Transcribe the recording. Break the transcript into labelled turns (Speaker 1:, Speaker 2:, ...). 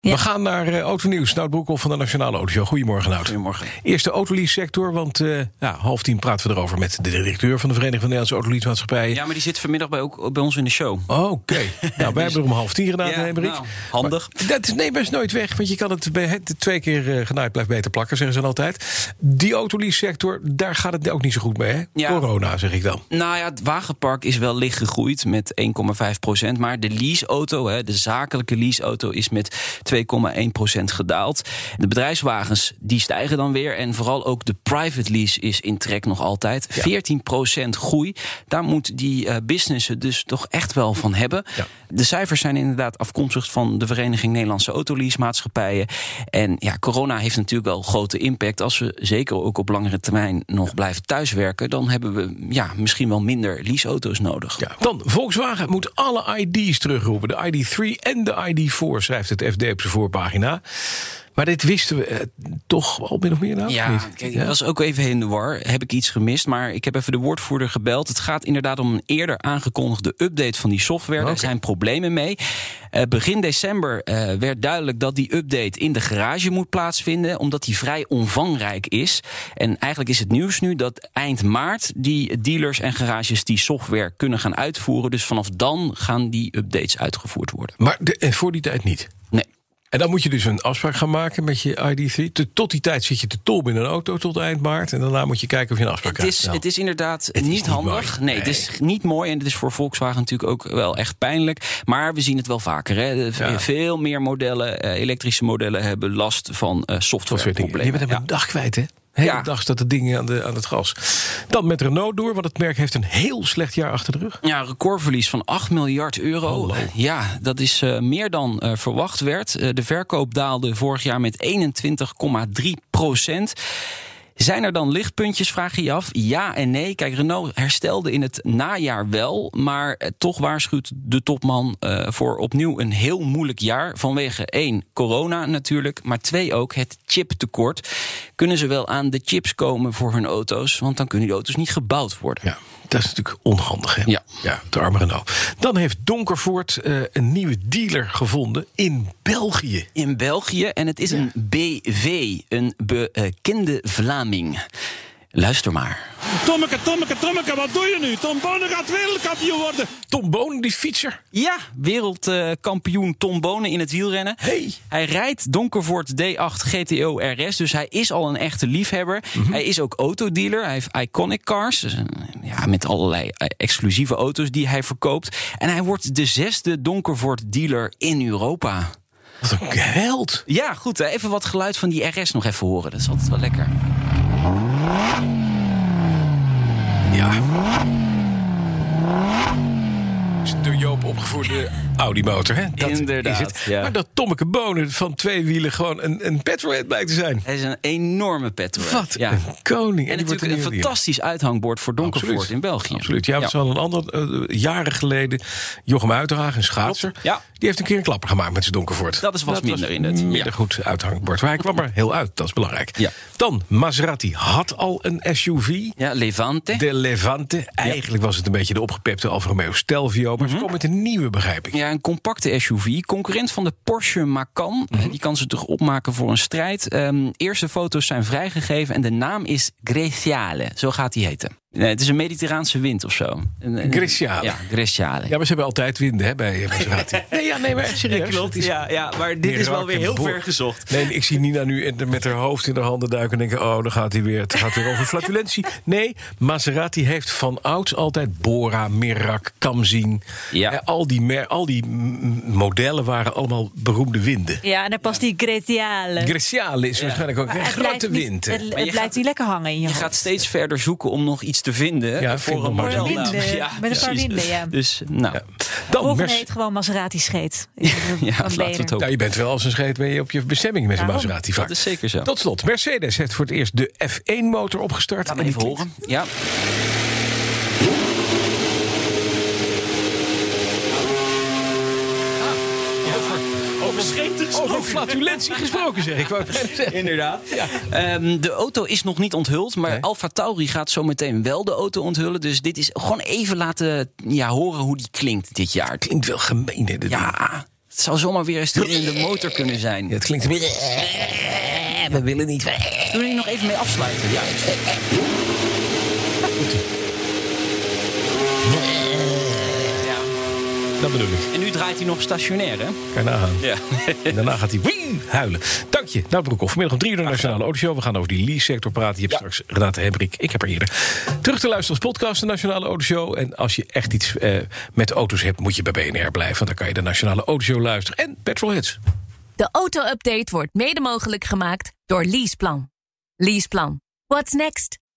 Speaker 1: We gaan naar eh, autonieuws. Nout Broekhoff van de Nationale Autoshow. Goedemorgen, Nout.
Speaker 2: Goedemorgen.
Speaker 1: Eerst de autolease-sector, want eh, ja, half tien praten we erover... met de directeur van de Vereniging van de Nederlandse Autolease-maatschappijen.
Speaker 2: Ja, maar die zit vanmiddag bij, ook, bij ons in de show.
Speaker 1: Oké. Nou, wij hebben er om half tien gedaan,
Speaker 2: Ja,
Speaker 1: hè, Brik?
Speaker 2: nou, handig.
Speaker 1: Maar dat is nee, best nooit weg, want je kan het bij het twee keer eh, genaaid blijft beter plakken, zeggen ze dan altijd. Die autolease-sector, daar gaat het ook niet zo goed mee, hè?
Speaker 2: Ja.
Speaker 1: Corona, zeg ik dan.
Speaker 2: Nou ja, het wagenpark is wel licht gegroeid met 1,5 procent. Maar de leaseauto, hè, de zakelijke leaseauto, is met 2,1 procent gedaald. De bedrijfswagens die stijgen dan weer. En vooral ook de private lease is in trek nog altijd. 14 procent groei. Daar moet die eh businessen dus toch echt wel van hebben.
Speaker 1: Ja.
Speaker 2: De cijfers zijn inderdaad afkomstig van de Vereniging Nederlandse Autoleasemaatschappijen. En ja, corona heeft natuurlijk wel grote impact. Als we zeker ook op langere termijn nog blijven thuiswerken, dan hebben we ja, misschien wel minder leaseauto's nodig.
Speaker 1: Ja. Dan, Volkswagen moet alle ID's terugroepen. De ID3 en de ID4, schrijft het FD op zijn voorpagina. Maar dit wisten we eh, toch al min of meer nou?
Speaker 2: Ja,
Speaker 1: Niet?
Speaker 2: kijk,
Speaker 1: Ja?
Speaker 2: ik was ook even in de war. Heb ik iets gemist? Maar ik heb even de woordvoerder gebeld. Het gaat inderdaad om een eerder aangekondigde update van die software. Daar
Speaker 1: Oké.
Speaker 2: zijn problemen mee. Eh, begin december eh, werd duidelijk dat die update in de garage moet plaatsvinden, omdat die vrij omvangrijk is. En eigenlijk is het nieuws nu dat eind maart die dealers en garages die software kunnen gaan uitvoeren. Dus vanaf dan gaan die updates uitgevoerd worden.
Speaker 1: Maar de- eh, voor die tijd niet.
Speaker 2: Nee.
Speaker 1: En dan moet je dus een afspraak gaan maken met je ID3. Te- Tot die tijd zit je te tol binnen een auto tot eind maart. En daarna moet je kijken of je een afspraak
Speaker 2: Het
Speaker 1: krijgt.
Speaker 2: is,
Speaker 1: Nou,
Speaker 2: het is inderdaad
Speaker 1: is
Speaker 2: niet
Speaker 1: niet
Speaker 2: handig.
Speaker 1: mooi.
Speaker 2: Nee, het is niet mooi. En het is voor Volkswagen natuurlijk ook wel echt pijnlijk. Maar we zien het wel vaker. Hè. De-
Speaker 1: Ja.
Speaker 2: Veel meer modellen, eh, elektrische modellen, hebben last van
Speaker 1: Nou,
Speaker 2: eh
Speaker 1: dat soort dingen. Je
Speaker 2: softwareproblemen.
Speaker 1: bent hem
Speaker 2: Ja.
Speaker 1: een dag kwijt, hè? Hele
Speaker 2: Ja.
Speaker 1: dag staat het ding aan, de, aan het gas. Dan met Renault door, want het merk heeft een heel slecht jaar achter de rug.
Speaker 2: Ja, een recordverlies van 8 miljard euro.
Speaker 1: Hallo.
Speaker 2: Ja, dat is eh, meer dan eh, verwacht werd. Eh, de verkoop daalde vorig jaar met 21,3 procent. Zijn er dan lichtpuntjes, vraag je je af? Ja en nee. Kijk, Renault herstelde in het najaar wel. Maar eh, toch waarschuwt de topman eh, voor opnieuw een heel moeilijk jaar. Vanwege één, corona natuurlijk. Maar twee, ook het chiptekort. Kunnen ze wel aan de chips komen voor hun auto's? Want dan kunnen die auto's niet gebouwd worden.
Speaker 1: Ja, dat is natuurlijk onhandig, hè?
Speaker 2: Ja.
Speaker 1: de arme Renault. Dan heeft Donkervoort eh, een nieuwe dealer gevonden in België.
Speaker 2: in België en het is een BV, een bekende Vlaming. Luister maar.
Speaker 3: Tommeke, Tommeke, Tommeke, wat doe je nu? Tom Bonne gaat wereldkampioen worden.
Speaker 1: Tom Boon, die fietser.
Speaker 2: Ja, wereldkampioen Tom Bonen in het wielrennen.
Speaker 1: Hey.
Speaker 2: Hij rijdt Donkervoort D8 GTO RS, dus hij is al een echte liefhebber. Hij is ook autodealer, hij heeft Iconic Cars, dus een- ja, met allerlei eh, exclusieve auto's die hij verkoopt. En hij wordt de zesde Donkervoort dealer in Europa.
Speaker 1: Wat een held.
Speaker 2: Ja, goed, hè. even wat geluid van die RS nog even horen, dat is altijd wel lekker.
Speaker 1: Ja. Is Door Joop opgevoerde Audi-motor, hè? Dat
Speaker 2: Inderdaad,
Speaker 1: is het.
Speaker 2: ja.
Speaker 1: Maar dat Tommeke Bonen van twee wielen gewoon een, een petrolhead blijkt te zijn.
Speaker 2: Hij is een enorme petrolhead.
Speaker 1: Wat
Speaker 2: Ja.
Speaker 1: een koning. die
Speaker 2: En
Speaker 1: wordt
Speaker 2: natuurlijk
Speaker 1: nieuwe
Speaker 2: een
Speaker 1: dealer.
Speaker 2: fantastisch uithangbord voor Donkervoort
Speaker 1: Absoluut.
Speaker 2: in België.
Speaker 1: Absoluut. Ja, we hadden een ander, eh, jaren geleden, Jochem Uiteraag, een schaatser.
Speaker 2: Klopt, ja.
Speaker 1: Die heeft een keer een klapper gemaakt met zijn donkervoort.
Speaker 2: Dat is wat minder in het,
Speaker 1: Minder
Speaker 2: ja.
Speaker 1: goed uithangbord. Maar hij kwam er heel uit, dat is belangrijk.
Speaker 2: Ja.
Speaker 1: Dan, Maserati had al een SUV.
Speaker 2: Ja, Levante.
Speaker 1: De Levante. Eigenlijk was het een beetje de opgepepte Alfa Romeo Stelvio. Maar ze komen met een nieuwe, begrijp ik.
Speaker 2: Mhm. Ja, een compacte SUV. Concurrent van de Porsche Macan.
Speaker 1: Mhm.
Speaker 2: Eh, Die kan ze toch opmaken voor een strijd. Ehm, eerste foto's zijn vrijgegeven en de naam is Greciale. Zo gaat die heten. Nee, het is een Mediterraanse wind of zo. Een- een-
Speaker 1: Greciale.
Speaker 2: Ja, Greciale.
Speaker 1: Ja, maar ze hebben altijd winden hè, bij eh, Maserati. nee, ja, nee, maar echt serieus. Het is
Speaker 2: ja, ja, maar
Speaker 1: meer raak en boor. Nee, ik zie Nina nu in- met haar hoofd in haar handen duiken en denken... oh, dan gaat hij weer, het gaat weer over flatulentie. Nee, Maserati heeft van ouds altijd Bora, Mirak, Kamzin.
Speaker 2: Ja.
Speaker 1: Eh, Al die, mer- al die mm, modellen waren allemaal beroemde winden.
Speaker 4: Ja, en dan past die Gretiale.
Speaker 1: Greciale is waarschijnlijk ook een grote wind. hè.
Speaker 4: Het, het
Speaker 2: je
Speaker 4: blijft
Speaker 2: gaat-
Speaker 4: niet lekker hangen in je,
Speaker 2: Je
Speaker 4: hoofd.
Speaker 2: gaat steeds verder zoeken om nog iets te vinden
Speaker 1: Ja, vind ik
Speaker 2: voor een
Speaker 1: nog maar
Speaker 2: model.
Speaker 1: zo.
Speaker 2: Nou,
Speaker 4: Winden,
Speaker 2: ja,
Speaker 4: met een paar
Speaker 2: precies.
Speaker 4: winden, ja.
Speaker 2: Dus nou, ja,
Speaker 1: Dan,
Speaker 4: Volgende
Speaker 1: Merce-
Speaker 4: heet gewoon Maserati scheet. Ja,
Speaker 2: laten we het
Speaker 1: Nou,
Speaker 2: hopen.
Speaker 1: je bent wel als een scheet ben je op je bestemming met een
Speaker 4: Daarom.
Speaker 1: Maserati vaak.
Speaker 2: Dat is zeker zo.
Speaker 1: Tot slot, Mercedes heeft voor het eerst de F1-motor opgestart.
Speaker 2: Laat
Speaker 1: En
Speaker 2: me
Speaker 1: die
Speaker 2: even
Speaker 1: klinkt-
Speaker 2: horen. Ja.
Speaker 3: Over scheet
Speaker 1: Over flatulentie gesproken, zeg ik. Wou ik zeggen.
Speaker 2: Inderdaad. Ehm, de auto is nog niet onthuld, maar Alfa Tauri gaat zo meteen wel de auto onthullen. Dus dit is gewoon even laten ja, horen hoe die klinkt dit jaar.
Speaker 1: Klinkt wel gemeen, hè? dit ding.
Speaker 2: Ja, het zou zomaar weer eens in de motor kunnen zijn.
Speaker 1: Ja, het klinkt een beetje... We willen niet...
Speaker 2: Doe er nog even mee afsluiten. Ja. Ja.
Speaker 1: Dat bedoel ik.
Speaker 2: En nu draait hij nog stationair, hè?
Speaker 1: Kan je nagaan.
Speaker 2: Ja.
Speaker 1: En daarna gaat hij wing huilen. Dank je, Nou Broekhoff. Vanmiddag om drie uur de Nationale Autoshow. We gaan over die lease-sector praten. Je hebt straks Renate Hebrik. Ik heb er eerder. Terug te luisteren als podcast, de Nationale Autoshow. En als je echt iets eh, met auto's hebt, moet je bij BNR blijven. Want dan kan je de Nationale Autoshow luisteren. En Petrolheads.
Speaker 5: De auto-update wordt mede mogelijk gemaakt door Leaseplan. Leaseplan. What's next?